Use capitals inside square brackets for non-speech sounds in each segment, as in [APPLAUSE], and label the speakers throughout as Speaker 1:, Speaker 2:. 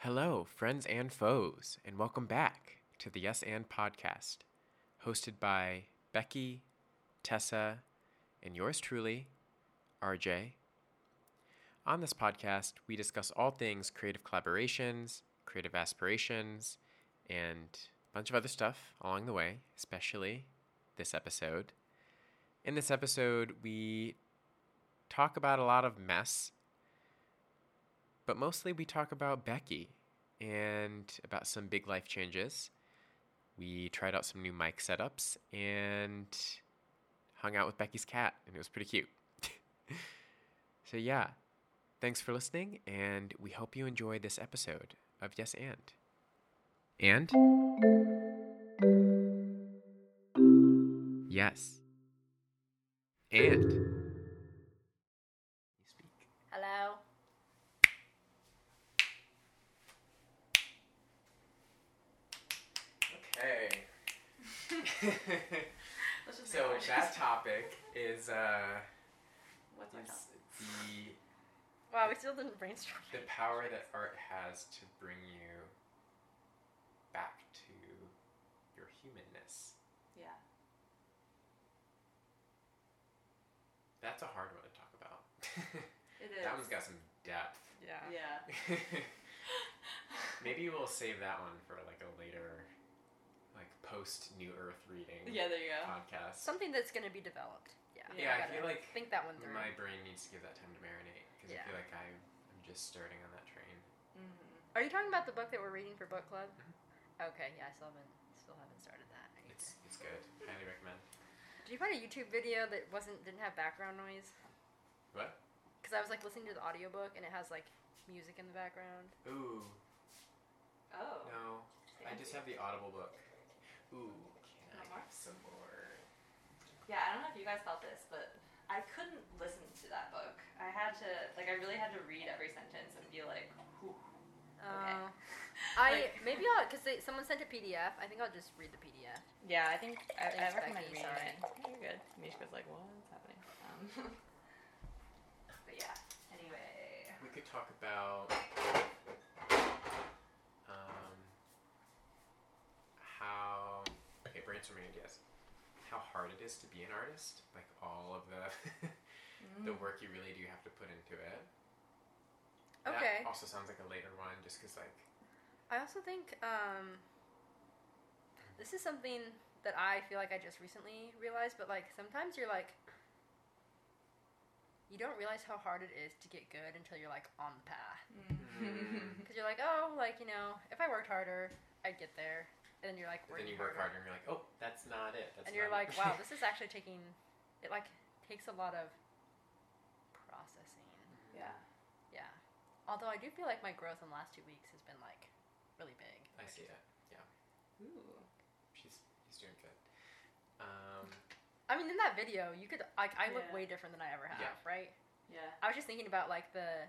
Speaker 1: Hello, friends and foes, and welcome back to the Yes and Podcast, hosted by Becky, Tessa, and yours truly, RJ. On this podcast, we discuss all things creative collaborations, creative aspirations, and a bunch of other stuff along the way, especially this episode. In this episode, we talk about a lot of mess but mostly we talk about Becky and about some big life changes. We tried out some new mic setups and hung out with Becky's cat, and it was pretty cute. [LAUGHS] so, yeah, thanks for listening, and we hope you enjoy this episode of Yes and. And? Yes. And. You speak.
Speaker 2: Hello.
Speaker 1: Okay. [LAUGHS]
Speaker 2: Let's just
Speaker 1: so
Speaker 2: make a
Speaker 1: that
Speaker 2: noise.
Speaker 1: topic is uh,
Speaker 2: [LAUGHS] What's our
Speaker 1: is
Speaker 2: topic?
Speaker 1: the
Speaker 2: Wow, we still didn't brainstorm.
Speaker 1: the
Speaker 2: [LAUGHS]
Speaker 1: power that art has to bring you back to your humanness.
Speaker 2: Yeah.
Speaker 1: That's a hard one to talk
Speaker 2: [LAUGHS]
Speaker 1: about.
Speaker 2: It is.
Speaker 1: that one's got some depth.
Speaker 2: [LAUGHS] yeah.
Speaker 1: Maybe we'll save that one for like a later, like post New Earth reading
Speaker 3: Yeah, there you go.
Speaker 1: podcast.
Speaker 2: Something that's gonna be developed. Yeah.
Speaker 3: Yeah,
Speaker 2: we
Speaker 1: yeah, I
Speaker 2: gotta
Speaker 1: feel like
Speaker 2: think that one through.
Speaker 1: my brain needs to give that time to marinate because
Speaker 2: Yeah.
Speaker 1: I feel like I, I'm just starting on that train.
Speaker 3: Mm-hmm.
Speaker 2: Are you talking about the book that we're reading for book club? Okay. Yeah, I still haven't still haven't started that. either.
Speaker 1: Mm-hmm. It's it's good. Highly recommend.
Speaker 2: Did you find a YouTube video that wasn't didn't have background noise?
Speaker 1: What?
Speaker 2: Because I was like listening to the audiobook and it has like music in the background.
Speaker 1: Ooh,
Speaker 3: Oh.
Speaker 1: no. I just have the Audible book. Ooh, can I
Speaker 3: Want more?
Speaker 1: have some more?
Speaker 3: Yeah, I don't know if you guys felt this, but I couldn't listen to that book. I had to, like, I really had to read every sentence and be like, whew.
Speaker 2: [LAUGHS]
Speaker 3: Okay.
Speaker 2: Uh, I
Speaker 3: Like-
Speaker 2: maybe I'll because someone sent a PDF. I think I'll just read the PDF.
Speaker 3: Yeah, I think I,
Speaker 2: Thanks,
Speaker 3: I recommend
Speaker 2: Becky,
Speaker 3: reading
Speaker 2: sorry.
Speaker 3: it. No, You're good. Mishka's like, what's happening? Um, [LAUGHS] but yeah. Anyway.
Speaker 1: We could talk about um how okay brainstorming ideas. How hard it is to be an artist, like all of the [LAUGHS]
Speaker 3: Mm-hmm.
Speaker 1: the work you really do have to put into it.
Speaker 2: Okay.
Speaker 1: That also sounds like a later one, just because like
Speaker 2: I also think um, this is something that I feel like I just recently realized, but like sometimes you're like, you don't realize how hard it is to get good until you're like on the path.
Speaker 3: Mm.
Speaker 2: Because you're like, oh, like, you know, if I worked harder, I'd get there. And then you're like,
Speaker 1: then
Speaker 2: working
Speaker 1: you work harder and you're like, oh, that's not it. That's
Speaker 2: and you're
Speaker 1: not
Speaker 2: like,
Speaker 1: it."
Speaker 2: wow,
Speaker 1: [LAUGHS]
Speaker 2: this is actually taking, it like takes a lot of processing.
Speaker 3: [LAUGHS] yeah.
Speaker 2: Yeah. Although I do feel like my growth in the last two weeks has been like really big.
Speaker 1: I see it.
Speaker 3: Ooh.
Speaker 1: She's he's doing good. Um,
Speaker 2: I mean, in that video, you could like I look
Speaker 3: Yeah.
Speaker 2: way different than I ever have,
Speaker 1: Yeah.
Speaker 2: right?
Speaker 3: Yeah.
Speaker 2: I was just thinking about like the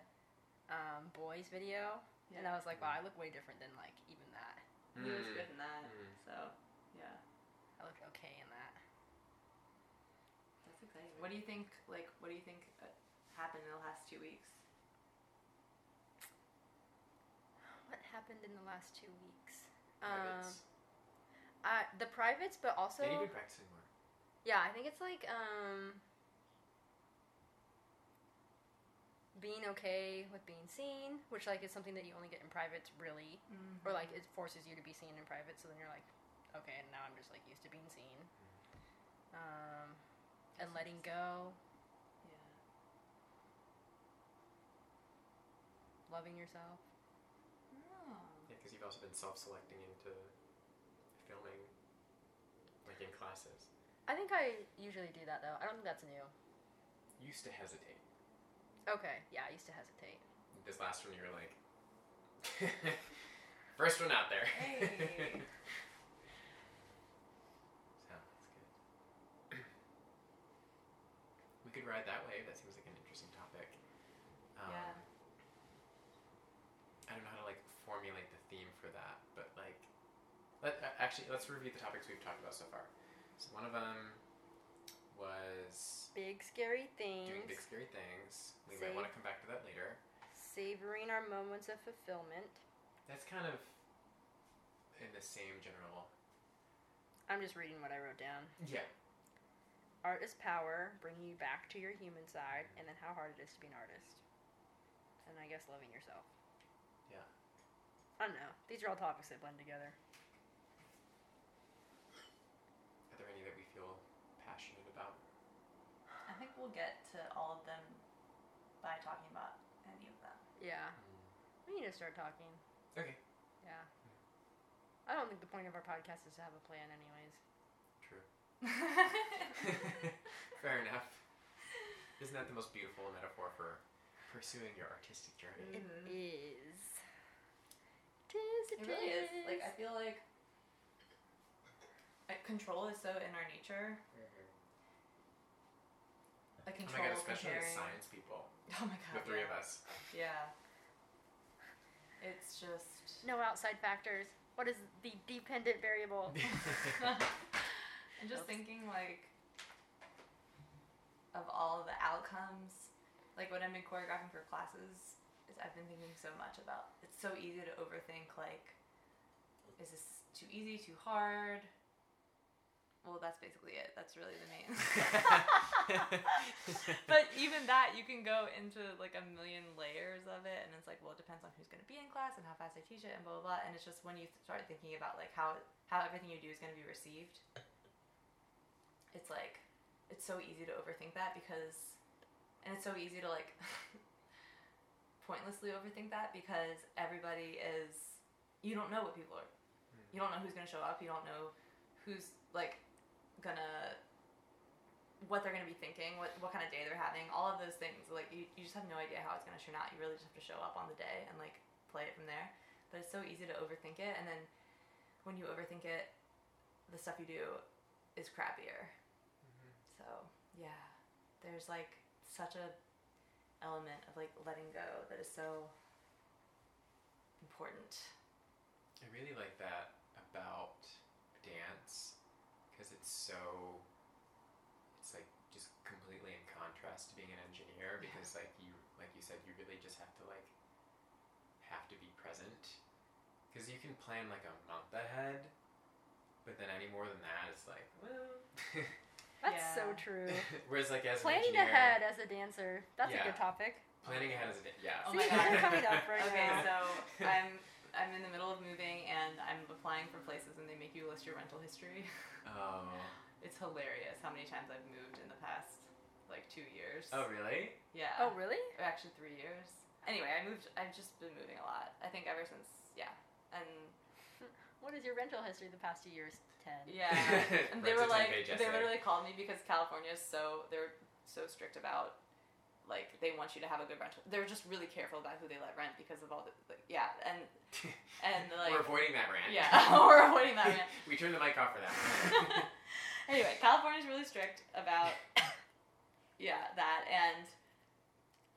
Speaker 2: um, boys video, and I was like, wow, I look way different than like even that.
Speaker 3: He was
Speaker 1: mm,
Speaker 3: good in that,
Speaker 1: mm.
Speaker 3: so, yeah.
Speaker 2: I look okay in that.
Speaker 3: That's exciting. What do you think? Like, what do you think uh, happened in the last two weeks?
Speaker 2: What happened in the last two weeks? Um,
Speaker 1: Privates.
Speaker 2: I, the privates, but also
Speaker 1: and you've been practicing more.
Speaker 2: yeah, I think it's like um, being okay with being seen, which like is something that you only get in privates, really,
Speaker 3: Mm.
Speaker 2: or like it forces you to be seen in private. So then you're like, okay, and now I'm just like used to being seen. Um, and letting go,
Speaker 3: Yeah.
Speaker 2: loving yourself.
Speaker 3: Oh.
Speaker 1: Yeah, because you've also been self-selecting into filming, like in classes.
Speaker 2: I think I usually do that though. I don't think that's new.
Speaker 1: You used to hesitate.
Speaker 2: Okay, yeah, I used to hesitate.
Speaker 1: This last one, you were like, [LAUGHS] first one out there.
Speaker 3: Hey.
Speaker 1: [LAUGHS] so that's good. we could ride that wave. That seems like an interesting topic. Um,
Speaker 3: Yeah.
Speaker 1: I don't know how to like formulate the theme for that, but like, let a- actually let's review the topics we've talked about so far. So one of them was
Speaker 2: Big scary things,
Speaker 1: doing big scary things. We might want to come back to that later.
Speaker 2: savoring our moments of fulfillment,
Speaker 1: That's kind of in the same general.
Speaker 2: I'm just reading what I wrote down.
Speaker 1: Yeah.
Speaker 2: Art is power, bringing you back to your human side, and then how hard it is to be an artist. And I guess loving yourself.
Speaker 1: Yeah.
Speaker 2: I don't know. These are all topics that blend together.
Speaker 1: Are there any that we feel passionate about?
Speaker 3: I think we'll get to all of them by talking about any of them. [LAUGHS]
Speaker 2: Yeah.
Speaker 1: Mm,
Speaker 2: We need to start talking.
Speaker 1: Okay.
Speaker 2: Yeah. I don't think the point of our podcast is to have a plan, anyways.
Speaker 1: True. [LAUGHS] Fair enough. Isn't that the most beautiful metaphor for pursuing your artistic journey?
Speaker 2: It
Speaker 3: Mhm.
Speaker 2: is. Tis,
Speaker 3: It really is. Like I feel like like control is so in our nature. Like
Speaker 1: Oh
Speaker 3: Mm-hmm. control,
Speaker 1: my god, especially the
Speaker 3: comparing.
Speaker 1: science people.
Speaker 3: [LAUGHS] Oh my
Speaker 1: The
Speaker 3: god.
Speaker 1: three of
Speaker 3: yeah.
Speaker 1: us. [LAUGHS]
Speaker 3: Yeah. It's just
Speaker 2: no outside factors. What is the dependent
Speaker 1: [LAUGHS]
Speaker 2: variable?
Speaker 3: [LAUGHS] I'm
Speaker 2: Oops.
Speaker 3: just thinking like of all the outcomes. Like when I've been choreographing for classes, is I've been thinking so much about. It's so easy to overthink. Like, is this too easy? Too hard? Well, that's basically it. That's really the main.
Speaker 1: [LAUGHS]
Speaker 3: [LAUGHS] but even that, you can go into like a million layers of it, and it's like, well, it depends on who's going to be in class and how fast I teach it, and blah blah blah. And it's just when you start thinking about like how how everything you do is going to be received, it's like it's so easy to overthink that because, and it's so easy to like [LAUGHS] pointlessly overthink that because everybody is you don't know what people are, you don't know who's going to show up, you don't know who's like gonna what they're gonna be thinking, what what kind of day they're having, all of those things. Like you, you just have no idea how it's gonna turn out. You really just have to show up on the day and like play it from there. But it's so easy to overthink it and then when you overthink it, the stuff you do is crappier.
Speaker 1: Mm-hmm.
Speaker 3: So yeah. There's like such a element of like letting go that is so important.
Speaker 1: I really like that about dance because it's so it's like just completely in contrast to being an engineer
Speaker 3: Yeah.
Speaker 1: because like you like you said you really just have to like have to be present because you can plan like a month ahead but then any more than that it's like well
Speaker 2: That's
Speaker 3: Yeah.
Speaker 2: so [LAUGHS] true.
Speaker 1: [LAUGHS] whereas like as
Speaker 2: Planning
Speaker 1: an engineer,
Speaker 2: ahead as a dancer. That's
Speaker 1: Yeah.
Speaker 2: a good topic.
Speaker 1: planning ahead is a di- yeah
Speaker 3: Oh
Speaker 2: See,
Speaker 3: my God.
Speaker 2: they're coming up
Speaker 1: [LAUGHS]
Speaker 2: right
Speaker 3: Okay,
Speaker 2: now.
Speaker 3: so I'm I'm in the middle of moving and I'm applying for places and they make you list your rental history.
Speaker 1: oh
Speaker 3: It's hilarious how many times I've moved in the past like two years.
Speaker 1: oh really [LAUGHS]
Speaker 3: yeah.
Speaker 2: Oh, really?
Speaker 3: Or actually three years. Anyway, I moved. I've just been moving a lot. I think ever since yeah. And
Speaker 2: What is your rental history the past two years? Ten.
Speaker 3: yeah, and they
Speaker 1: [LAUGHS] Brexit's
Speaker 3: were
Speaker 1: on
Speaker 3: like
Speaker 1: page
Speaker 3: they
Speaker 1: essay.
Speaker 3: literally called me because California is so they're so strict about like they want you to have a good rental. They're just really careful about who they let rent because of all the like, yeah and and like
Speaker 1: we're avoiding that rant
Speaker 3: Yeah, [LAUGHS] we're avoiding that rant.
Speaker 1: [LAUGHS] we turned the mic off for
Speaker 3: [LAUGHS]
Speaker 1: that
Speaker 3: anyway, California's really strict
Speaker 1: [LAUGHS]
Speaker 3: about yeah that and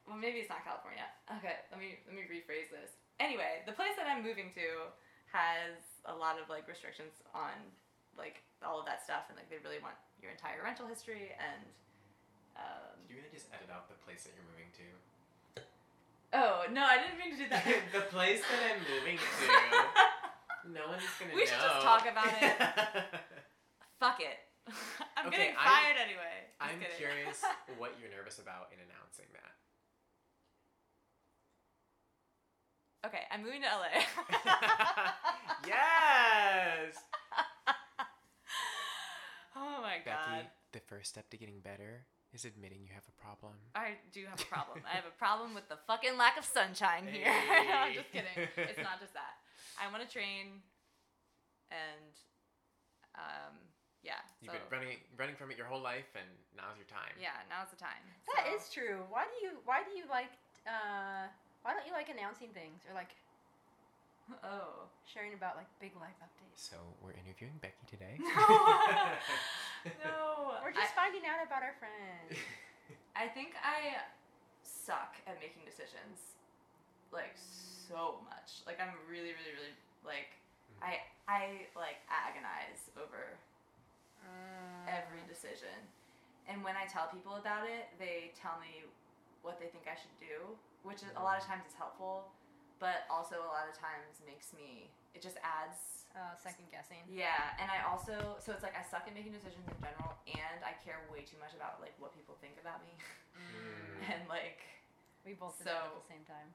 Speaker 3: well maybe it's not California. Okay, let me let me rephrase this. Anyway, the place that I'm moving to has a lot of like restrictions on like all of that stuff and like they really want your entire rental history and um,
Speaker 1: Did you really just edit out the place that you're moving to?
Speaker 3: oh no I didn't mean to do
Speaker 1: [LAUGHS]
Speaker 3: that. [LAUGHS]
Speaker 1: the place that I'm moving to. No one's gonna
Speaker 3: We
Speaker 1: know.
Speaker 3: should just talk about
Speaker 1: [LAUGHS]
Speaker 3: it. Fuck it. [LAUGHS] I'm
Speaker 1: Okay,
Speaker 3: getting
Speaker 1: I'm-
Speaker 3: fired anyway. Just
Speaker 1: I'm
Speaker 3: kidding.
Speaker 1: curious what you're nervous about in announcing that.
Speaker 3: [LAUGHS] okay, I'm moving to
Speaker 1: [LAUGHS]
Speaker 3: [LAUGHS] LA.
Speaker 1: yes.
Speaker 3: [LAUGHS] Oh my god.
Speaker 1: Becky, the first step to getting better is admitting you have a problem.
Speaker 3: I do have a problem. I have a problem with the fucking lack of sunshine here. [LAUGHS] I'm just
Speaker 1: Hey.
Speaker 3: kidding. It's not just that. I want to train and um yeah.
Speaker 1: You've
Speaker 3: So
Speaker 1: been running running from it your whole life, and now's your time.
Speaker 3: yeah, now's the time.
Speaker 2: That
Speaker 3: So-
Speaker 2: is true. Why do you why do you like uh why don't you like announcing things or like
Speaker 3: [LAUGHS] Oh.
Speaker 2: sharing about like big life updates?
Speaker 1: So we're interviewing Becky [LAUGHS] today.
Speaker 3: [LAUGHS] No. Mm. No.
Speaker 2: We're just finding out about our friends.
Speaker 3: I, I think I suck at making decisions. Like so much. Like I'm really really really like I I like agonize over
Speaker 2: Uh,
Speaker 3: every decision. And when I tell people about it, they tell me what they think I should do, which is, a lot of times is helpful. but also a lot of times makes me it just adds
Speaker 2: Uh, second guessing.
Speaker 3: yeah, and I also so it's like I suck at making decisions in general, and I care way too much about like what people think about me,
Speaker 1: Mm.
Speaker 3: [LAUGHS] and like
Speaker 2: We both did that at
Speaker 3: So-
Speaker 2: the same time.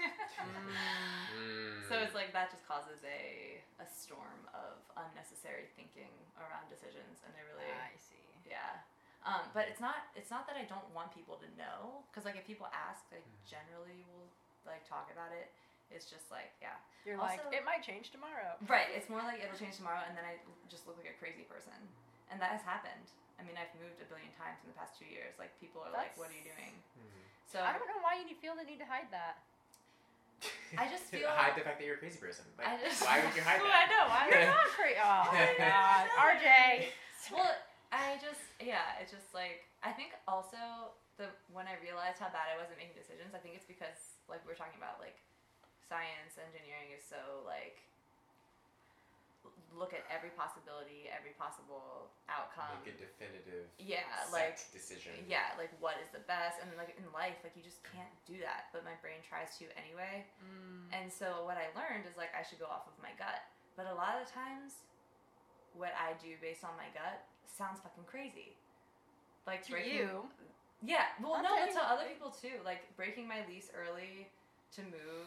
Speaker 1: Mm.
Speaker 3: [LAUGHS] so it's like that just causes a a storm of unnecessary thinking around decisions, and I really
Speaker 2: I see.
Speaker 3: yeah. Um, but it's not it's not that I don't want people to know, because like if people ask, I generally will like talk about it. It's just like yeah,
Speaker 2: You're
Speaker 3: Also-
Speaker 2: like, it might change tomorrow.
Speaker 3: Right. It's more like it'll change tomorrow, and then I l- just look like a crazy person, and that has happened. I mean, I've moved a billion times in the past two years. Like people are like, "What are you
Speaker 2: That's-
Speaker 3: doing?" So
Speaker 2: I don't know why you feel the need to hide that.
Speaker 3: I
Speaker 1: [LAUGHS]
Speaker 3: just feel-
Speaker 1: Mm-hmm. hide the fact that you're a crazy person. Like,
Speaker 3: I just-
Speaker 1: why would you hide
Speaker 2: [LAUGHS]
Speaker 3: [LAUGHS] Well,
Speaker 1: that?
Speaker 3: I know. Why?
Speaker 2: You're not
Speaker 1: [LAUGHS]
Speaker 2: crazy. Oh my god, RJ.
Speaker 3: well, I just yeah. It's just like I think also the when I realized how bad I was at making decisions, I think it's because like we were talking about like science engineering is so like l- look at every possibility, every possible outcome.
Speaker 1: Make a definitive,
Speaker 3: yeah,
Speaker 1: set
Speaker 3: like
Speaker 1: decision.
Speaker 3: yeah like what is the best and like in life like you just can't do that but my brain tries to anyway
Speaker 2: Mm.
Speaker 3: and so what i learned is like i should go off of my gut but a lot of the times what i do based on my gut sounds fucking crazy like
Speaker 2: To
Speaker 3: breaking-
Speaker 2: you,
Speaker 3: yeah well
Speaker 2: I'll
Speaker 3: no
Speaker 2: tell
Speaker 3: but
Speaker 2: you
Speaker 3: to
Speaker 2: what,
Speaker 3: other
Speaker 2: like-
Speaker 3: people too like breaking my lease early to move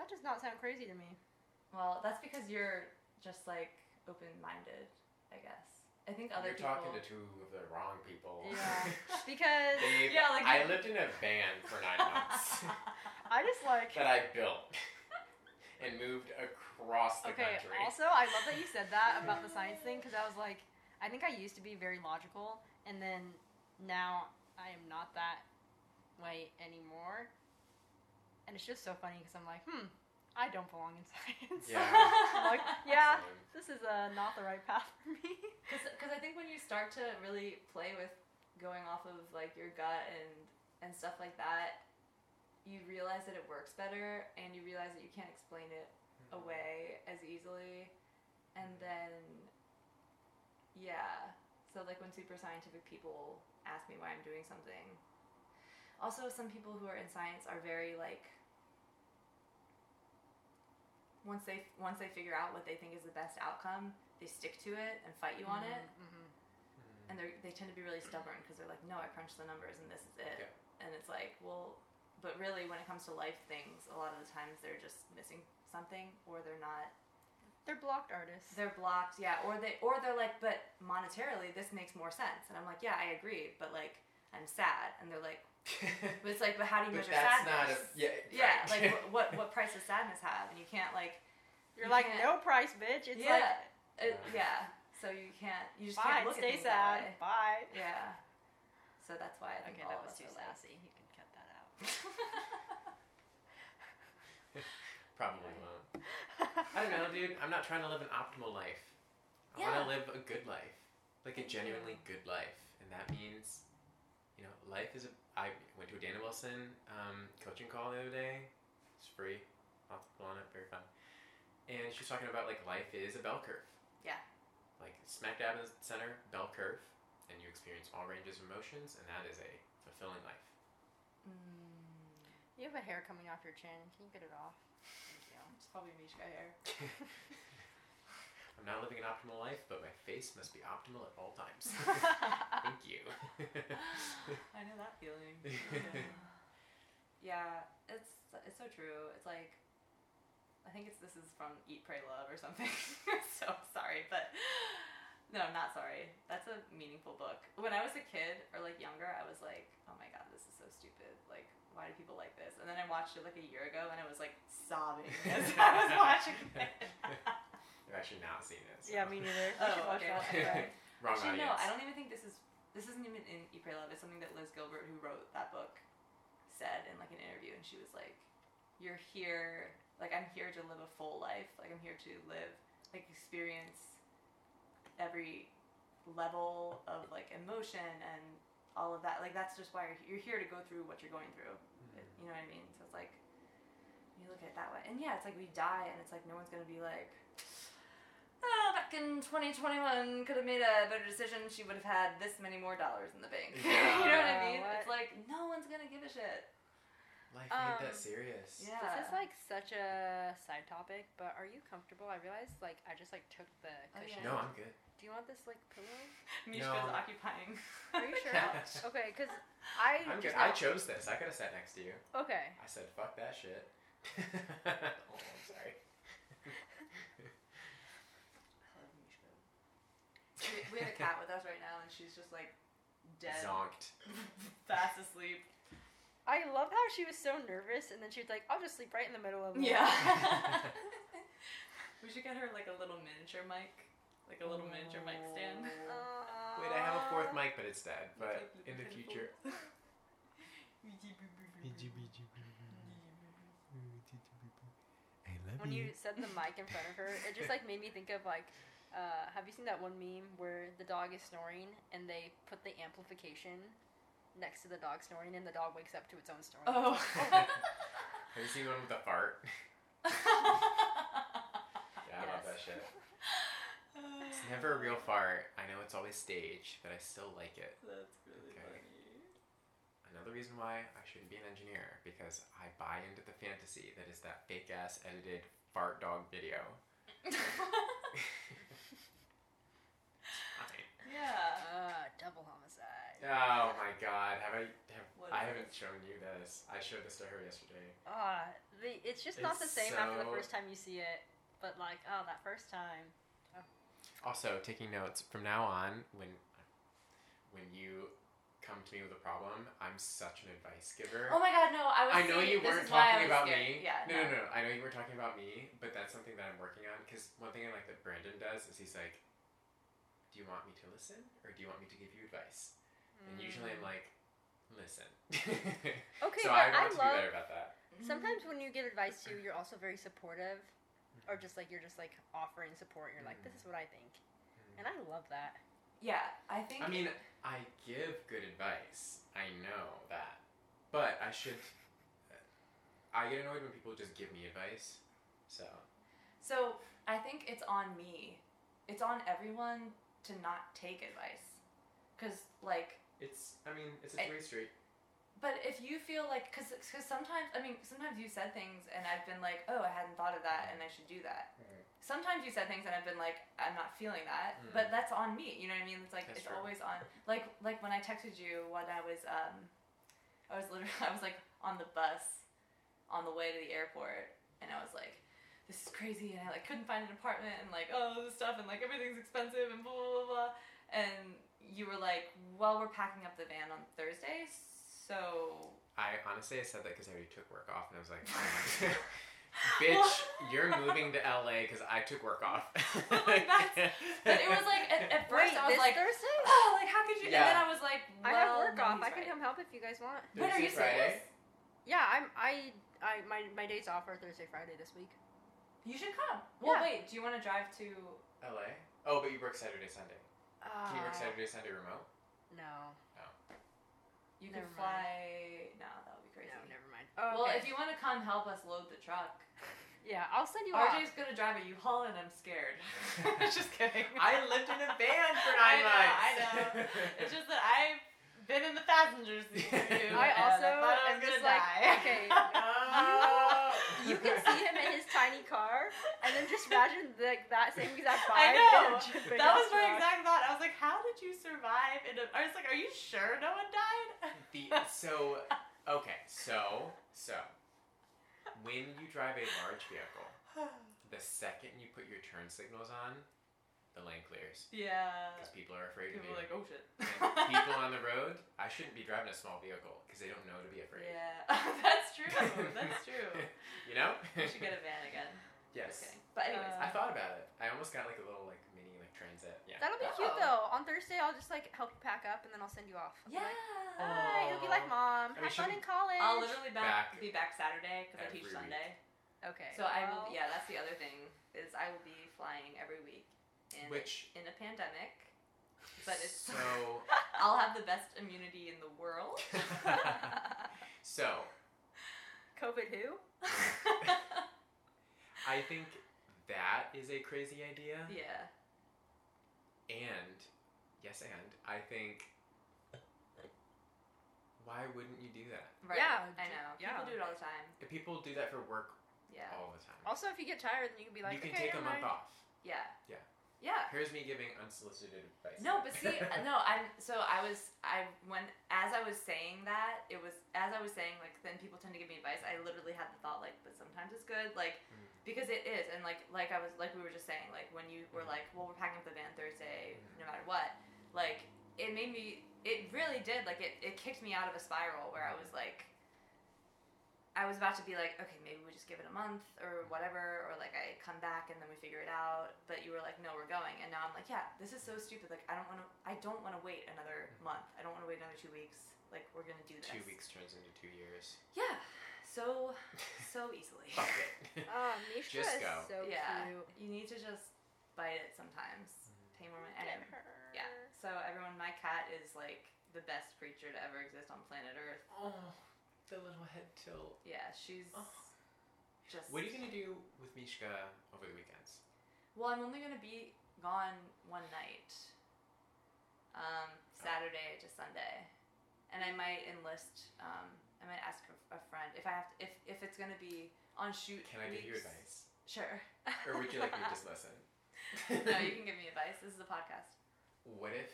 Speaker 2: that does not sound crazy to me.
Speaker 3: well that's because you're just like open-minded i guess i think other
Speaker 1: You're
Speaker 3: people
Speaker 1: talking to [LAUGHS] two of the wrong people. [LAUGHS]
Speaker 2: Yeah. Because
Speaker 1: Babe,
Speaker 3: [LAUGHS] Yeah, like-
Speaker 1: I lived in a van for
Speaker 3: [LAUGHS]
Speaker 1: nine months
Speaker 2: I just like.
Speaker 1: that I built [LAUGHS] and moved across the
Speaker 2: Okay,
Speaker 1: country.
Speaker 2: also, I love that you said that about the science thing because I was like, I think I used to be very logical, and then now I am not that way anymore. And it's just so funny because I'm like, hmm, I don't belong in [LAUGHS] science.
Speaker 1: Yeah.
Speaker 2: like, yeah,
Speaker 1: [LAUGHS] Same.
Speaker 2: this is uh, not the right path for me.
Speaker 3: Because I think when you start to really play with going off of like your gut and and stuff like that, you realize that it works better, and you realize that you can't explain it away as easily, and then yeah. So like when super scientific people ask me why I'm doing something, also some people who are in science are very like once they once they figure out what they think is the best outcome, they stick to it and fight you on it
Speaker 2: Mm-hmm.
Speaker 3: and they they tend to be really stubborn because they're like, no, I crunched the numbers and this is it. And it's like, well, but really, when it comes to life things, a lot of the times they're just missing something, or they're not,
Speaker 2: They're blocked artists.
Speaker 3: they're blocked, yeah, or they or they're like, but monetarily, this makes more sense. And I'm like, yeah, I agree, but like, I'm sad, and they're like, but it's like, but how do you
Speaker 1: but
Speaker 3: measure
Speaker 1: that's not a
Speaker 3: sadness?
Speaker 1: yeah. right.
Speaker 3: yeah,
Speaker 1: [LAUGHS]
Speaker 3: like what, what what price does sadness have? And you can't like,
Speaker 2: You're
Speaker 3: you
Speaker 2: like,
Speaker 3: can't-
Speaker 2: no price, bitch. It's
Speaker 3: yeah,
Speaker 1: Yeah.
Speaker 3: uh, yeah. So you can't, you just
Speaker 2: like,
Speaker 3: can't
Speaker 2: fine,
Speaker 3: look
Speaker 2: stay
Speaker 3: at things that
Speaker 2: sad.
Speaker 3: way.
Speaker 2: Bye.
Speaker 3: Yeah. So that's why I think
Speaker 2: Okay, that
Speaker 3: all of
Speaker 2: was
Speaker 3: us
Speaker 2: too [LAUGHS]
Speaker 3: are like- [LAUGHS]
Speaker 2: sassy. You can cut that out.
Speaker 1: Probably won't. I don't know, dude. I'm not trying to live an optimal life. I
Speaker 3: Yeah.
Speaker 1: want to live a good life, like a
Speaker 3: Thank you.
Speaker 1: genuinely good life, and that means, you know, life is. A, I went to a Dana Wilson um, coaching call the other day. It's free. I'll go on it. Very fun. And she was talking about like life is a bell curve.
Speaker 3: Yeah.
Speaker 1: Like smack dab in the center, bell curve, and you experience all ranges of emotions, and that is a fulfilling
Speaker 3: [LAUGHS]
Speaker 1: life.
Speaker 2: [LAUGHS]
Speaker 1: [LAUGHS]
Speaker 3: Mm,
Speaker 2: You have a hair coming off your chin. Can you get it off? Thank you.
Speaker 3: it's probably Mishka hair.
Speaker 1: I'm not living an optimal life, but my face must be optimal at all times.
Speaker 3: [LAUGHS]
Speaker 1: Thank you. [LAUGHS]
Speaker 3: I know that feeling.
Speaker 1: [LAUGHS]
Speaker 3: yeah, it's it's so true. It's like I think it's this is from Eat Pray Love or something. [LAUGHS] so sorry, but no, I'm not sorry. That's a meaningful book. When I was a kid or like younger, I was like, "Oh my god, this is so stupid. Like, why do people like this?" And then I watched it like a year ago and I was like sobbing as I was [LAUGHS] watching it.
Speaker 1: I've actually not seen it. so.
Speaker 2: [LAUGHS] Yeah, me neither.
Speaker 3: [LAUGHS] Oh,
Speaker 2: You should watch
Speaker 3: okay.
Speaker 2: that.
Speaker 3: okay.
Speaker 1: Wrong
Speaker 3: Actually,
Speaker 1: audience.
Speaker 3: no, I don't even think this is. This isn't even in Eat, Pray, Love. It's something that Liz Gilbert, who wrote that book, said in like an interview, and she was like, "You're here, like I'm here to live a full life. Like I'm here to live, like experience every level of like emotion and all of that. Like that's just why you're, you're here to go through what you're going through.
Speaker 1: Mm.
Speaker 3: You know what I mean? So it's like you look at it that way, and yeah, it's like we die, and it's like no one's gonna be like, oh, back in 2021, could have made a better decision. She would have had this many more dollars in the bank. [LAUGHS] you know what I
Speaker 2: Yeah,
Speaker 3: mean?
Speaker 2: what?
Speaker 3: It's like no one's gonna give a shit.
Speaker 1: Life
Speaker 2: Um,
Speaker 1: ain't that serious.
Speaker 3: Yeah.
Speaker 2: [LAUGHS] This is like such a side topic, but are you comfortable? I realized like I just like took the
Speaker 3: Oh,
Speaker 2: cushion.
Speaker 3: yeah.
Speaker 1: No, I'm good.
Speaker 2: Do you want this like pillow?
Speaker 1: No.
Speaker 3: Mishka's occupying.
Speaker 2: Are
Speaker 3: [LAUGHS]
Speaker 2: you sure?
Speaker 1: [LAUGHS] Couch.
Speaker 2: Okay, because I
Speaker 1: I'm good.
Speaker 2: just
Speaker 1: I
Speaker 2: now-
Speaker 1: chose this. I could have sat next to you.
Speaker 2: Okay.
Speaker 1: I said, fuck that shit. [LAUGHS] oh, I'm sorry.
Speaker 3: I love Mishka. We, we have a
Speaker 1: [LAUGHS]
Speaker 3: cat with us right now, and she's just like dead,
Speaker 1: Zonked.
Speaker 3: [LAUGHS] fast asleep.
Speaker 2: I love how she was so nervous, and then she was like, "I'll just sleep right in the middle of it."
Speaker 3: Yeah. [LAUGHS]
Speaker 2: [LAUGHS]
Speaker 3: we should get her like a little miniature mic, like a little miniature mic stand.
Speaker 2: Aw.
Speaker 1: Wait, I have a fourth mic, but it's dead. But in the future.
Speaker 3: [LAUGHS]
Speaker 1: I love
Speaker 2: When you said the mic in front of her, it just like made me think of like, uh, have you seen that one meme where the dog is snoring and they put the amplification next to the dog snoring, and the dog wakes up to its own snoring?
Speaker 3: Oh. [LAUGHS]
Speaker 1: Have you seen the one with the fart? [LAUGHS] Yeah, I love
Speaker 2: Yes.
Speaker 1: that shit. It's never a real fart. I know it's always staged, but I still like it.
Speaker 3: That's really
Speaker 1: Okay.
Speaker 3: funny.
Speaker 1: Another reason why I shouldn't be an engineer because I buy into the fantasy that is that fake ass edited fart dog video. [LAUGHS]
Speaker 3: [LAUGHS]
Speaker 1: Fine.
Speaker 3: yeah.
Speaker 2: Uh, double homicide.
Speaker 1: Oh my god, have I have,
Speaker 3: What
Speaker 1: I
Speaker 3: is
Speaker 1: haven't shown you this. I showed this to her yesterday.
Speaker 2: Ah, the, it's just not the
Speaker 1: It's
Speaker 2: same after the
Speaker 1: so-
Speaker 2: first time you see it, but like, oh, that first time.
Speaker 1: Also, taking notes from now on when when you come to me with a problem, I'm such an advice giver.
Speaker 3: Oh my god, no, [LAUGHS] I was
Speaker 1: I know
Speaker 3: see,
Speaker 1: you
Speaker 3: this
Speaker 1: weren't
Speaker 3: is why I
Speaker 1: talking
Speaker 3: was
Speaker 1: about
Speaker 3: scared.
Speaker 1: me.
Speaker 3: Yeah.
Speaker 1: no, no, no, I know you weren't talking about me, but that's something that I'm working on. Because one thing I like that Brandon does is he's like, "Do you want me to listen, or do you want me to give you advice?" And usually
Speaker 3: Mm.
Speaker 1: I'm like, "Listen." [LAUGHS]
Speaker 2: Okay,
Speaker 1: so
Speaker 2: but
Speaker 1: I
Speaker 2: I,
Speaker 1: want to be
Speaker 2: love.
Speaker 1: better about that.
Speaker 3: Mm-hmm.
Speaker 2: Sometimes when you give advice too, you're also very supportive, or just like you're just like offering support. You're
Speaker 1: Mm.
Speaker 2: like, this is what I think, and I love that.
Speaker 3: Yeah, I think.
Speaker 1: I mean, I give good advice. I know that, but I should. I get annoyed when people just give me advice. So
Speaker 3: so I think it's on me. It's on everyone to not take advice, because like,
Speaker 1: it's. I mean, it's a
Speaker 3: I-
Speaker 1: two way street.
Speaker 3: but if you feel like, because because sometimes I mean, sometimes you said things and I've been like, oh, I hadn't thought of that, and I should do that.
Speaker 1: Mhm.
Speaker 3: Sometimes you said things and I've been like, I'm not feeling that,
Speaker 1: Mm.
Speaker 3: but that's on me. You know what I mean? It's like
Speaker 1: That's
Speaker 3: it's
Speaker 1: true.
Speaker 3: always on. Like like when I texted you when I was um, I was literally [LAUGHS] I was like on the bus on the way to the airport and I was like, this is crazy and I like couldn't find an apartment and like oh this stuff and like everything's expensive and blah blah blah blah and you were like, well we're packing up the van on Thursday, so
Speaker 1: I honestly I said that because I already took work off, and I was like, "Oh [LAUGHS] "Bitch,
Speaker 3: [LAUGHS]
Speaker 1: you're moving to LA because I took work off." [LAUGHS]
Speaker 3: Oh my God. But it was like at, at first
Speaker 2: Wait,
Speaker 3: I
Speaker 2: this
Speaker 3: was like,
Speaker 2: Thursday?
Speaker 3: oh like how could you? And then
Speaker 1: Yeah.
Speaker 3: I was like,
Speaker 2: I
Speaker 3: well,
Speaker 2: have work
Speaker 3: no,
Speaker 2: off.
Speaker 3: he's
Speaker 2: I can
Speaker 3: right.
Speaker 2: come help if you guys want.
Speaker 3: Wait, are
Speaker 1: Thursday,
Speaker 3: you
Speaker 1: Friday?
Speaker 3: serious?
Speaker 2: Yeah, I'm. I. I. My. My days off are Thursday, Friday this week.
Speaker 3: You should come. Well,
Speaker 2: Yeah.
Speaker 3: wait. Do you want to drive to?
Speaker 1: LA. Oh, but you work Saturday, Sunday.
Speaker 3: Ah.
Speaker 2: Uh,
Speaker 1: Can you work Saturday, Sunday remote? [LAUGHS]
Speaker 2: No.
Speaker 3: You
Speaker 2: Never
Speaker 3: could
Speaker 2: mind.
Speaker 3: fly. No, that would be crazy.
Speaker 2: No, never mind. Oh,
Speaker 3: Well, if you want to come help us load the truck,
Speaker 2: yeah, I'll send you off.
Speaker 3: RJ's gonna drive a U-Haul, and I'm scared. [LAUGHS] [LAUGHS] just kidding.
Speaker 1: I lived in a van for
Speaker 3: [LAUGHS] I
Speaker 1: nine
Speaker 3: know, I
Speaker 1: months. [LAUGHS]
Speaker 3: know. It's just that I've been in the passenger seat. Too, and
Speaker 1: I
Speaker 2: also
Speaker 3: I thought I
Speaker 2: am
Speaker 3: was gonna
Speaker 2: just like,
Speaker 3: die. [LAUGHS]
Speaker 2: okay,
Speaker 1: No.
Speaker 2: You can see him in his tiny car, and then just imagine like that same exact vibe.
Speaker 3: [LAUGHS] I
Speaker 2: in a
Speaker 3: know.
Speaker 2: j- big
Speaker 3: That
Speaker 2: ass
Speaker 3: was my
Speaker 2: truck.
Speaker 3: exact thought. I was like, how did you survive? And I was like, are you sure no one died? [SIGHS]
Speaker 1: The, so, okay, so, so, when you drive a large vehicle, the second you put your turn signals on, the lane clears
Speaker 3: yeah.
Speaker 1: because people are afraid of
Speaker 3: People
Speaker 1: you.
Speaker 3: are like, oh shit.
Speaker 1: [LAUGHS] And people on the road, I shouldn't be driving a small vehicle because they don't know to be [LAUGHS] afraid.
Speaker 3: Yeah, [LAUGHS] that's
Speaker 1: [LAUGHS]
Speaker 3: true. That's true.
Speaker 1: You know?
Speaker 3: We should
Speaker 1: [LAUGHS]
Speaker 3: get a van again. Just
Speaker 1: yes.
Speaker 3: kidding. But anyways,
Speaker 2: Uh,
Speaker 1: I thought about it. I almost got like a little like mini like transit. Yeah.
Speaker 2: That'll be
Speaker 1: That's-
Speaker 2: cute
Speaker 3: Oh.
Speaker 2: though. On Thursday, I'll just like help you pack up, and then I'll send you off. I'll be
Speaker 3: yeah.
Speaker 2: Like, Hi. You'll be
Speaker 1: Aw.
Speaker 2: like, mom.
Speaker 1: I mean,
Speaker 2: Have fun
Speaker 1: shouldn't-
Speaker 2: in college.
Speaker 3: I'll literally back,
Speaker 1: Back
Speaker 3: be back Saturday because I
Speaker 1: every
Speaker 3: teach
Speaker 1: week.
Speaker 3: Sunday.
Speaker 2: okay.
Speaker 3: So I will.
Speaker 2: well,
Speaker 3: Yeah, that's the other thing is I will be flying every week in
Speaker 1: Which
Speaker 3: in a pandemic. But it's
Speaker 1: so
Speaker 3: I'll have the best immunity in the
Speaker 1: [LAUGHS]
Speaker 3: world. [LAUGHS]
Speaker 1: so
Speaker 2: [LAUGHS] COVID who?
Speaker 1: I think that is a crazy idea.
Speaker 3: yeah.
Speaker 1: And yes, and I think Why wouldn't you do that?
Speaker 3: Right.
Speaker 2: Yeah,
Speaker 3: I
Speaker 2: ju-
Speaker 3: know.
Speaker 2: yeah.
Speaker 3: People do it all the time.
Speaker 1: If people do that for work
Speaker 3: Yeah.
Speaker 1: all the time,
Speaker 2: Also, if you get tired, then you can be like,
Speaker 1: you can
Speaker 2: okay,
Speaker 1: take a
Speaker 2: never
Speaker 1: month
Speaker 2: mind.
Speaker 1: off.
Speaker 3: Yeah.
Speaker 1: Yeah.
Speaker 3: Yeah.
Speaker 1: Here's me giving unsolicited advice.
Speaker 3: No, but
Speaker 1: [LAUGHS]
Speaker 3: see, no, I'm so I was I when as I was saying that it was as I was saying like then people tend to give me advice. I literally had the thought like, but sometimes it's good like
Speaker 1: Mm.
Speaker 3: because it is and like like I was like we were just saying like when you were
Speaker 1: Mhm.
Speaker 3: like well we're packing up the van Thursday no matter what like it made me it really did like it it kicked me out of a spiral where I was like I was about to be like, okay, maybe we just give it a month or whatever, or like I come back and then we figure it out. But you were like, no, we're going, and now I'm like, yeah, this is so stupid. Like I don't want to, I don't want to wait another month. I don't want to wait another two weeks. Like we're gonna do this.
Speaker 1: Mm-hmm. Two weeks turns into two
Speaker 3: [LAUGHS]
Speaker 1: years.
Speaker 3: Yeah,
Speaker 1: [LAUGHS]
Speaker 3: so so easily.
Speaker 1: Fuck it.
Speaker 2: Ah, Mishra
Speaker 1: Just
Speaker 2: is
Speaker 1: go.
Speaker 2: so
Speaker 3: yeah,
Speaker 2: cute.
Speaker 3: [LAUGHS] you need to just bite it sometimes.
Speaker 1: Mm-hmm.
Speaker 3: Pay more money.
Speaker 2: Look at
Speaker 3: Anyway,
Speaker 2: her.
Speaker 3: yeah. So everyone, my cat is like the best creature to ever exist on planet Earth.
Speaker 1: oh, the little head tilt.
Speaker 3: Yeah, she's
Speaker 1: Oh.
Speaker 3: just.
Speaker 1: What are you gonna do with Mishka over the weekends?
Speaker 3: Well, I'm only gonna be gone one night. Um,
Speaker 1: Oh.
Speaker 3: Saturday to Sunday, and I might enlist. Um, I might ask a, a friend if I have to, if if it's gonna be on shoot.
Speaker 1: Can I give you
Speaker 3: weeks.
Speaker 1: advice,
Speaker 3: Sure.
Speaker 1: or would you like me
Speaker 3: [LAUGHS]
Speaker 1: to just listen?
Speaker 3: no, you can give me advice. This is a podcast.
Speaker 1: [LAUGHS] What if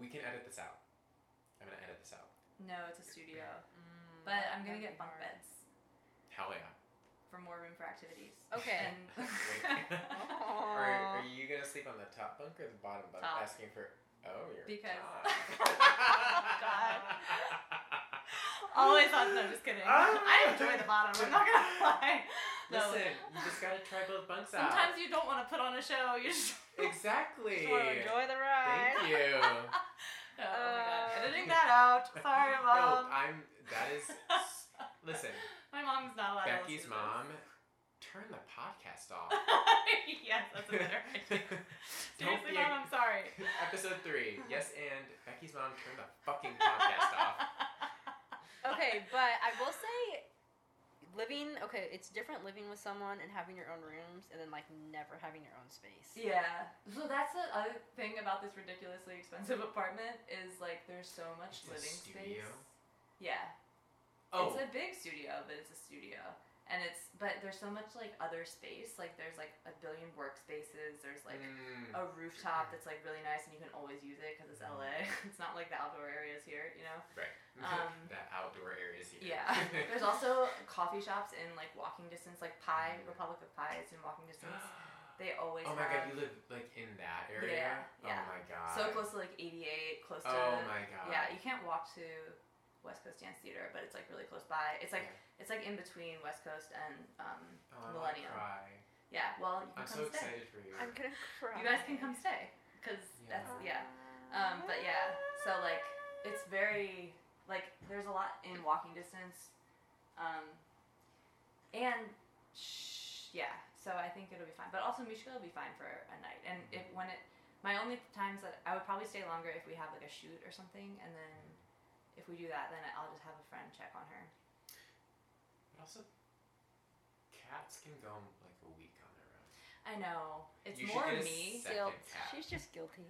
Speaker 1: we can edit this out? I'm gonna edit this out.
Speaker 3: No, it's a studio,
Speaker 2: Mm,
Speaker 3: but I'm gonna
Speaker 2: that'd
Speaker 3: get
Speaker 2: be
Speaker 3: bunk
Speaker 2: hard. [LAUGHS]
Speaker 3: beds
Speaker 1: Hell yeah.
Speaker 3: for more room for activities.
Speaker 1: [LAUGHS]
Speaker 2: Okay.
Speaker 3: And [LAUGHS]
Speaker 1: Are,
Speaker 2: Aw.
Speaker 1: are you gonna sleep on the top bunk or the bottom bunk?
Speaker 3: Top.
Speaker 1: Asking for oh, you're
Speaker 3: Because-
Speaker 1: top.
Speaker 3: [LAUGHS]
Speaker 1: [LAUGHS]
Speaker 3: God. always on. No, just kidding.
Speaker 1: Ah.
Speaker 3: [LAUGHS] I enjoy the bottom. I'm not gonna [LAUGHS] lie. No.
Speaker 1: Listen, you just gotta try both bunks out.
Speaker 3: Sometimes you don't want to put on a show. You just. [LAUGHS]
Speaker 1: [LAUGHS] exactly.
Speaker 2: Just want to enjoy the ride.
Speaker 1: Thank you.
Speaker 3: Oh my god.
Speaker 2: Uh,
Speaker 3: Editing that out. [LAUGHS] Sorry,
Speaker 1: [LAUGHS] No,
Speaker 3: mom.
Speaker 1: I'm. That is.
Speaker 3: [LAUGHS]
Speaker 1: Listen,
Speaker 3: my mom's not allowed
Speaker 1: Becky's
Speaker 3: to listen
Speaker 1: mom. Turn the podcast off.
Speaker 3: to this. yes, [LAUGHS] that's a
Speaker 1: [LAUGHS]
Speaker 3: better idea.
Speaker 1: Don't
Speaker 3: Seriously,
Speaker 1: be a- [LAUGHS]
Speaker 3: mom, I'm sorry.
Speaker 1: Episode three. Yes, and Becky's mom. Turn the fucking podcast off.
Speaker 2: okay, but I will say, living okay, it's different living with someone and having your own rooms, and then like never having your own space.
Speaker 3: Yeah. So that's the other thing about this ridiculously expensive [LAUGHS] apartment is like there's so much
Speaker 1: It's a
Speaker 3: living
Speaker 1: studio?
Speaker 3: space. Yeah.
Speaker 1: Oh,
Speaker 3: [LAUGHS] It's a big studio, but it's a studio. And it's but there's so much like other space. Like there's like a billion workspaces. There's like oh,
Speaker 1: mm, [LAUGHS]
Speaker 3: a rooftop that's like really nice and you can always use it because it's
Speaker 1: Mm-hmm.
Speaker 3: LA. [LAUGHS] it's not like the outdoor areas here, you know.
Speaker 1: right.
Speaker 3: um,
Speaker 1: that outdoor area is here.
Speaker 3: Yeah.
Speaker 1: [LAUGHS] [GASPS]
Speaker 3: There's also coffee shops in like walking distance, like Pie Republic of Pie is in walking distance.
Speaker 1: [GASPS]
Speaker 3: They always
Speaker 1: Mm-hmm. Oh my god,
Speaker 3: have
Speaker 1: you live like in that area?
Speaker 3: Yeah, yeah.
Speaker 1: Oh my god.
Speaker 3: so close to like 88, close to
Speaker 1: Oh my god.
Speaker 3: yeah. You can't walk to West Coast Dance Theater, but it's like really close by. It's like it's like in between West Coast and um
Speaker 1: oh, I'm
Speaker 3: Millennium.
Speaker 1: Cry.
Speaker 3: yeah. Well, you
Speaker 1: I'm
Speaker 3: can come
Speaker 1: so
Speaker 3: stay.
Speaker 1: excited for you.
Speaker 2: I'm gonna cry.
Speaker 3: You guys can come stay because
Speaker 1: Yeah.
Speaker 3: that's yeah. Um, but yeah, so like it's very like there's a lot in walking distance, um, and sh- yeah, so I think it'll be fine. But also Mishka will be fine for a night, and if when it my only times that I would probably stay longer if we have like a shoot or something, and then if we do that, then I'll just have a friend check on her.
Speaker 1: But also, cats can go like a week on their own.
Speaker 3: I know it's
Speaker 1: You should
Speaker 3: more
Speaker 1: get a
Speaker 3: me.
Speaker 1: s-
Speaker 2: Guilt.
Speaker 1: Second cat.
Speaker 2: She's just guilty.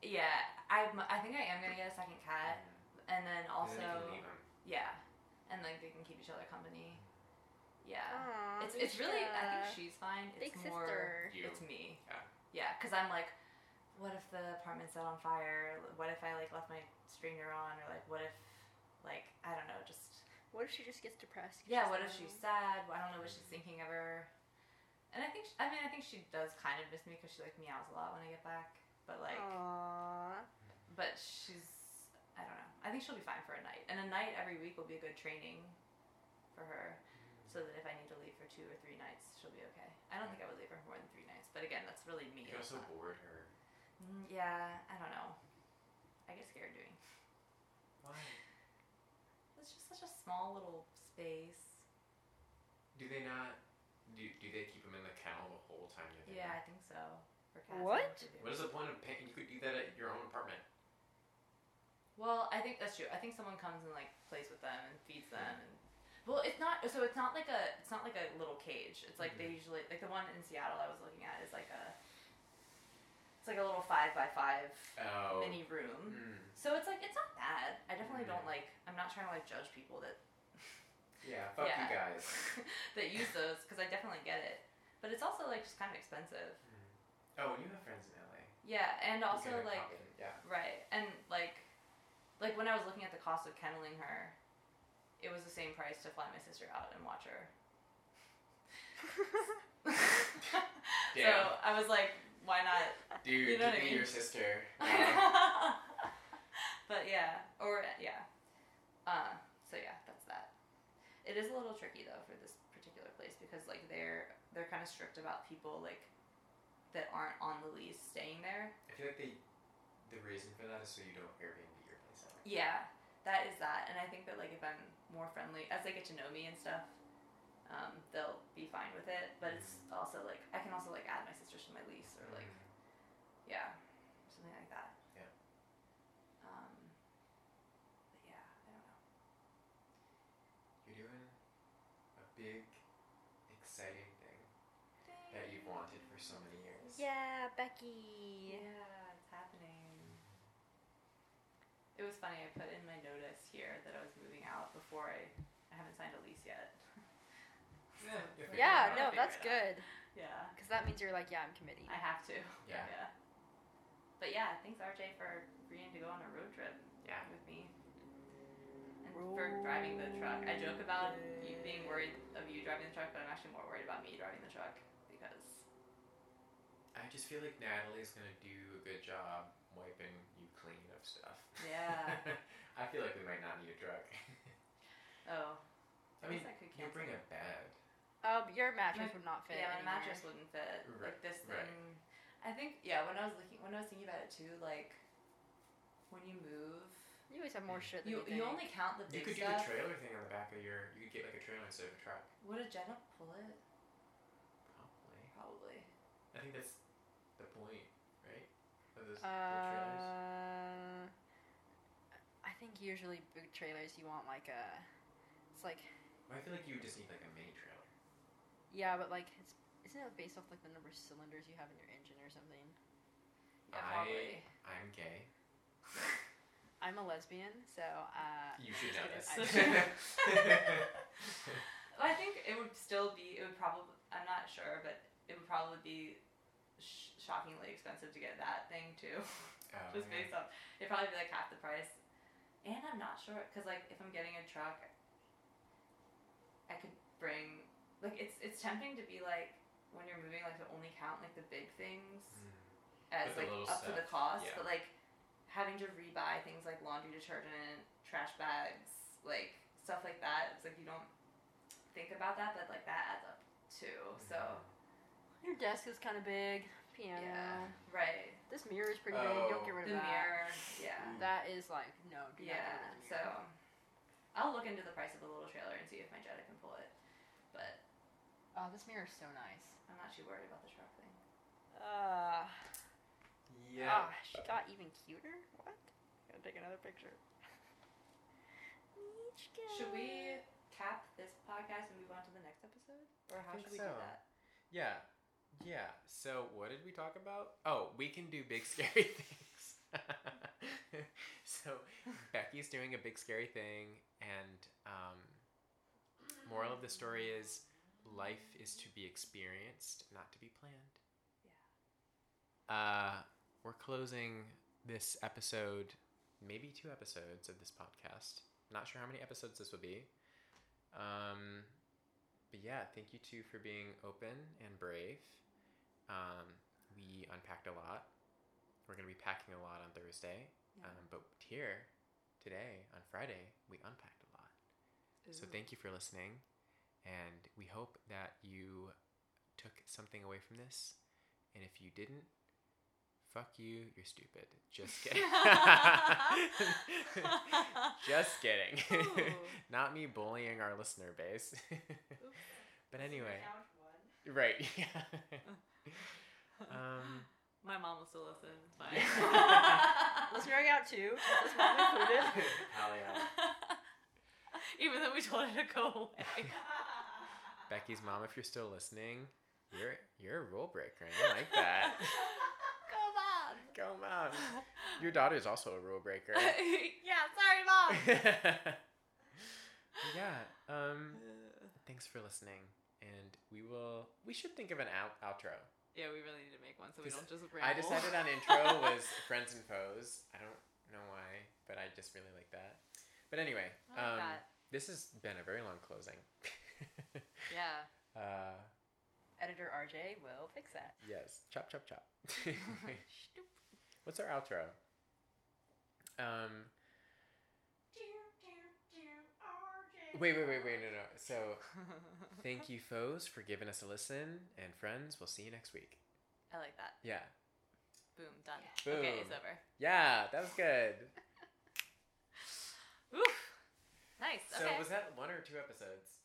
Speaker 3: yeah, I I think I am gonna get a second cat, and then
Speaker 1: And
Speaker 3: also
Speaker 1: then they can leave 'em.
Speaker 3: yeah, and like they can keep each other company. Yeah.
Speaker 2: Aw,
Speaker 3: It's, it's really I think
Speaker 2: Misha.
Speaker 3: she's fine. It's
Speaker 2: Big
Speaker 3: more
Speaker 2: sister.
Speaker 1: You.
Speaker 3: it's me.
Speaker 1: Yeah.
Speaker 3: Yeah, because I'm like, what if the apartment's set on fire? What if I like left my strainer on? Or like, what if like I don't know, just
Speaker 2: What if she just gets depressed? 'cause
Speaker 3: yeah,
Speaker 2: she's
Speaker 3: what if
Speaker 2: alone?
Speaker 3: she's sad? I don't know what she's thinking of her. And I think sh I mean I think she does kind of miss me because she like meows a lot when I get back. But like,
Speaker 2: Oh, Aw.
Speaker 3: but she's I don't know. I think she'll be fine for a night, and a night every week will be a good training for her,
Speaker 1: Mm.
Speaker 3: so that if I need to leave for two or three nights, she'll be okay. I don't think I would leave her more than three nights, but again, that's really
Speaker 1: You
Speaker 3: me.
Speaker 1: can
Speaker 3: that's
Speaker 1: also
Speaker 3: not-
Speaker 1: board her.
Speaker 3: Mm, yeah, I don't know. I get scared doing.
Speaker 1: Why?
Speaker 3: It's just such a small little space.
Speaker 1: Do they not? Do, do they keep them in the kennel the whole time you're
Speaker 3: Yeah,
Speaker 1: there?
Speaker 3: I think so. For cats, I don't know
Speaker 2: What?
Speaker 3: if they do.
Speaker 1: What is the point of paying? You could do that at your own apartment.
Speaker 3: Well, I think that's true. I think someone comes and like plays with them and feeds them. And, well, it's not so it's not like a it's not like
Speaker 1: Mm-hmm.
Speaker 3: a little cage. It's like they usually like the one in Seattle I was looking at is like a it's It's like a little five by five
Speaker 1: Oh.
Speaker 3: mini room.
Speaker 1: Mm.
Speaker 3: So it's like it's not bad. I definitely
Speaker 1: Mhm.
Speaker 3: don't like. I'm not trying to like judge people that [LAUGHS]
Speaker 1: Yeah, fuck
Speaker 3: Yeah.
Speaker 1: you guys.
Speaker 3: that use those because I definitely get it. But it's also like just kind of expensive.
Speaker 1: Oh, and you have friends in LA.
Speaker 3: Yeah, and
Speaker 1: You
Speaker 3: also
Speaker 1: can
Speaker 3: like
Speaker 1: accommodate- yeah.
Speaker 3: right and like like when I was looking at the cost of kenneling her, it was the same price to fly my sister out and watch her. [LAUGHS] so
Speaker 1: Damn.
Speaker 3: I was like, why not?
Speaker 1: Dude,
Speaker 3: [LAUGHS] you
Speaker 1: give
Speaker 3: know what I
Speaker 1: me
Speaker 3: mean?
Speaker 1: your
Speaker 3: [LAUGHS]
Speaker 1: sister. Wow.
Speaker 3: but yeah, or yeah. Uh, so yeah, that's that. It is a little tricky though for this particular place because like they're they're kind of strict about people like that aren't on the lease staying there.
Speaker 1: I feel like the the reason for that is so you don't Airbnb your place out.
Speaker 3: Yeah, that is that, and I think that like if I'm more friendly as they get to know me and stuff, um, they'll be fine with it. But it's also like I can also like add my sisters to my lease or like Yeah, something like that.
Speaker 1: Yeah.
Speaker 3: Um, but yeah, I don't know.
Speaker 1: You're doing a big, exciting thing that you've wanted for so many years.
Speaker 2: Yeah, Becky.
Speaker 3: Yeah, it's happening. It was funny. I put in my notice here that I was moving out before I. I haven't signed a lease yet.
Speaker 1: Yeah, you'll figure it
Speaker 2: Yeah,
Speaker 1: out.
Speaker 2: no,
Speaker 3: Figure
Speaker 2: that's
Speaker 3: it
Speaker 2: good.
Speaker 3: Yeah.
Speaker 2: Because that means you're like, yeah, I'm committing.
Speaker 3: I have to.
Speaker 1: Yeah.
Speaker 3: Yeah. But yeah, thanks RJ for agreeing to go on a road trip
Speaker 1: Yeah.
Speaker 3: with me. And for driving the truck. I joke about you being worried of you driving the truck, but I'm actually more worried about me driving the truck because
Speaker 1: I just feel like Natalie's gonna do a good job wiping you clean of stuff.
Speaker 3: Yeah.
Speaker 1: [LAUGHS] I feel like we might not need a drug. [LAUGHS]
Speaker 3: oh,
Speaker 1: I mean,
Speaker 3: guess I could
Speaker 1: you
Speaker 3: cancel.
Speaker 1: bring a bed.
Speaker 2: Um, your mattress would not fit.
Speaker 3: yeah, my
Speaker 2: anywhere.
Speaker 3: mattress wouldn't fit. Like
Speaker 1: Right,
Speaker 3: this
Speaker 1: right.
Speaker 3: thing. I think yeah. When I was looking, when I was thinking about it too, like when you move,
Speaker 2: You always have more shit than
Speaker 3: you
Speaker 2: you,
Speaker 3: you
Speaker 2: think.
Speaker 3: only count the
Speaker 1: You
Speaker 3: big
Speaker 1: could do the
Speaker 3: stuff.
Speaker 1: trailer thing on the back of your. You could get like a trailer instead of a truck.
Speaker 3: Would a Jenna pull it?
Speaker 1: Probably.
Speaker 3: Probably.
Speaker 1: I think that's the point, right? Of those little trailers.
Speaker 2: Uh, I think usually big trailers you want like a, it's like
Speaker 1: I feel like you would just need like a mini trailer.
Speaker 2: yeah, but like it's isn't it based off like the number of cylinders you have in your engine or something?
Speaker 3: Yeah,
Speaker 1: I-
Speaker 3: probably.
Speaker 1: I'm gay. [LAUGHS]
Speaker 2: I'm a lesbian, so uh,
Speaker 1: You should know [LAUGHS] this.
Speaker 2: I-
Speaker 3: I think it would still be. It would probably. I'm not sure, but it would probably be sh- shockingly expensive to get that thing too. [LAUGHS]
Speaker 1: Oh,
Speaker 3: Just
Speaker 1: yeah.
Speaker 3: based off, it'd probably be like half the price. And I'm not sure because like if I'm getting a truck, I could bring like it's it's tempting to be like when you're moving like to only count like the big things
Speaker 1: Mm. But
Speaker 3: as
Speaker 1: the
Speaker 3: like
Speaker 1: little
Speaker 3: up to the
Speaker 1: stuff,
Speaker 3: cost,
Speaker 1: yeah.
Speaker 3: but like having to rebuy things like laundry detergent, trash bags, like stuff like that. It's like you don't think about that, but like that adds up too. So
Speaker 2: your desk is kind of big. Piano.
Speaker 3: Yeah.
Speaker 1: Mm-hmm.
Speaker 3: right,
Speaker 2: This mirror is pretty
Speaker 1: Oh.
Speaker 2: big. You don't get rid of
Speaker 3: the
Speaker 2: that.
Speaker 3: mirror, yeah,
Speaker 2: That is like no. Do not get rid
Speaker 3: yeah.
Speaker 2: of the
Speaker 3: So
Speaker 2: mirror.
Speaker 3: I'll look into the price of the little trailer and see if my Jetta can pull it, but
Speaker 2: Oh, this mirror is so nice.
Speaker 3: I'm not too worried about the truck thing.
Speaker 2: Uh,
Speaker 1: Yeah.
Speaker 2: Ah, she got even cuter. What? Gotta take another picture.
Speaker 3: Should we cap this podcast and move on to the next episode, or how
Speaker 1: think
Speaker 3: should we
Speaker 1: so.
Speaker 3: do that?
Speaker 1: Yeah. Yeah. So what did we talk about? Oh, we can do big [LAUGHS] scary things. [LAUGHS] so Becky's doing a big scary thing, and um, moral of the story is life is to be experienced, not to be planned. Yeah. Uh, we're closing this episode, maybe two episodes of this podcast. Not sure how many episodes this will be. Um, but yeah, thank you two for being open and brave. Um, we unpacked a lot. We're gonna be packing a lot on Thursday,
Speaker 2: Yeah.
Speaker 1: um, but here today on Friday we unpacked a lot. So
Speaker 2: [LAUGHS]
Speaker 1: thank you for listening, and we hope that you took something away from this. And if you didn't, fuck you, you're stupid. Just kidding.
Speaker 2: [LAUGHS]
Speaker 1: [LAUGHS] Just kidding.
Speaker 2: Ooh.
Speaker 1: [LAUGHS] Not me bullying our listener base. [LAUGHS] but anyway, right? [LAUGHS] Yeah. [LAUGHS] um,
Speaker 3: My mom will still listen. Bye. [LAUGHS]
Speaker 2: Let's
Speaker 1: [LAUGHS]
Speaker 2: drag out two. This one included.
Speaker 3: [LAUGHS] Even though we told her to go away.
Speaker 1: Becky's mom,
Speaker 3: [LAUGHS]
Speaker 1: if you're still listening, you're you're a rule breaker. and I like that.
Speaker 2: Come on.
Speaker 1: [LAUGHS] go, mom. Your daughter's also a rule [LAUGHS] breaker.
Speaker 3: yeah, sorry,
Speaker 2: [LAUGHS]
Speaker 3: mom.
Speaker 1: Um, yeah. Um. Thanks for listening, and we will. We should think of an out- outro.
Speaker 3: [LAUGHS] yeah, we really need to make one so we
Speaker 1: This-
Speaker 3: don't just ramble.
Speaker 1: I decided on intro was friends and foes. I don't know why, but I just really like that. But anyway,
Speaker 3: I like
Speaker 1: um,
Speaker 3: that.
Speaker 1: this has been a very long closing. [LAUGHS]
Speaker 3: Yeah.
Speaker 1: uh,
Speaker 2: Editor RJ will fix that.
Speaker 1: yes, chop chop [LAUGHS] chop.
Speaker 3: Stoop.
Speaker 1: What's our outro? Um. Wait, wait, wait, wait, no, no. So, thank you, foes, for giving us a listen, and friends, we'll see you next week.
Speaker 3: [LAUGHS] I like that.
Speaker 1: Yeah.
Speaker 3: Boom, done.
Speaker 1: Boom.
Speaker 3: Okay, it's over.
Speaker 1: Yeah, that was good.
Speaker 3: Oof. Nice.
Speaker 1: So,
Speaker 3: okay.
Speaker 1: was that one or two episodes?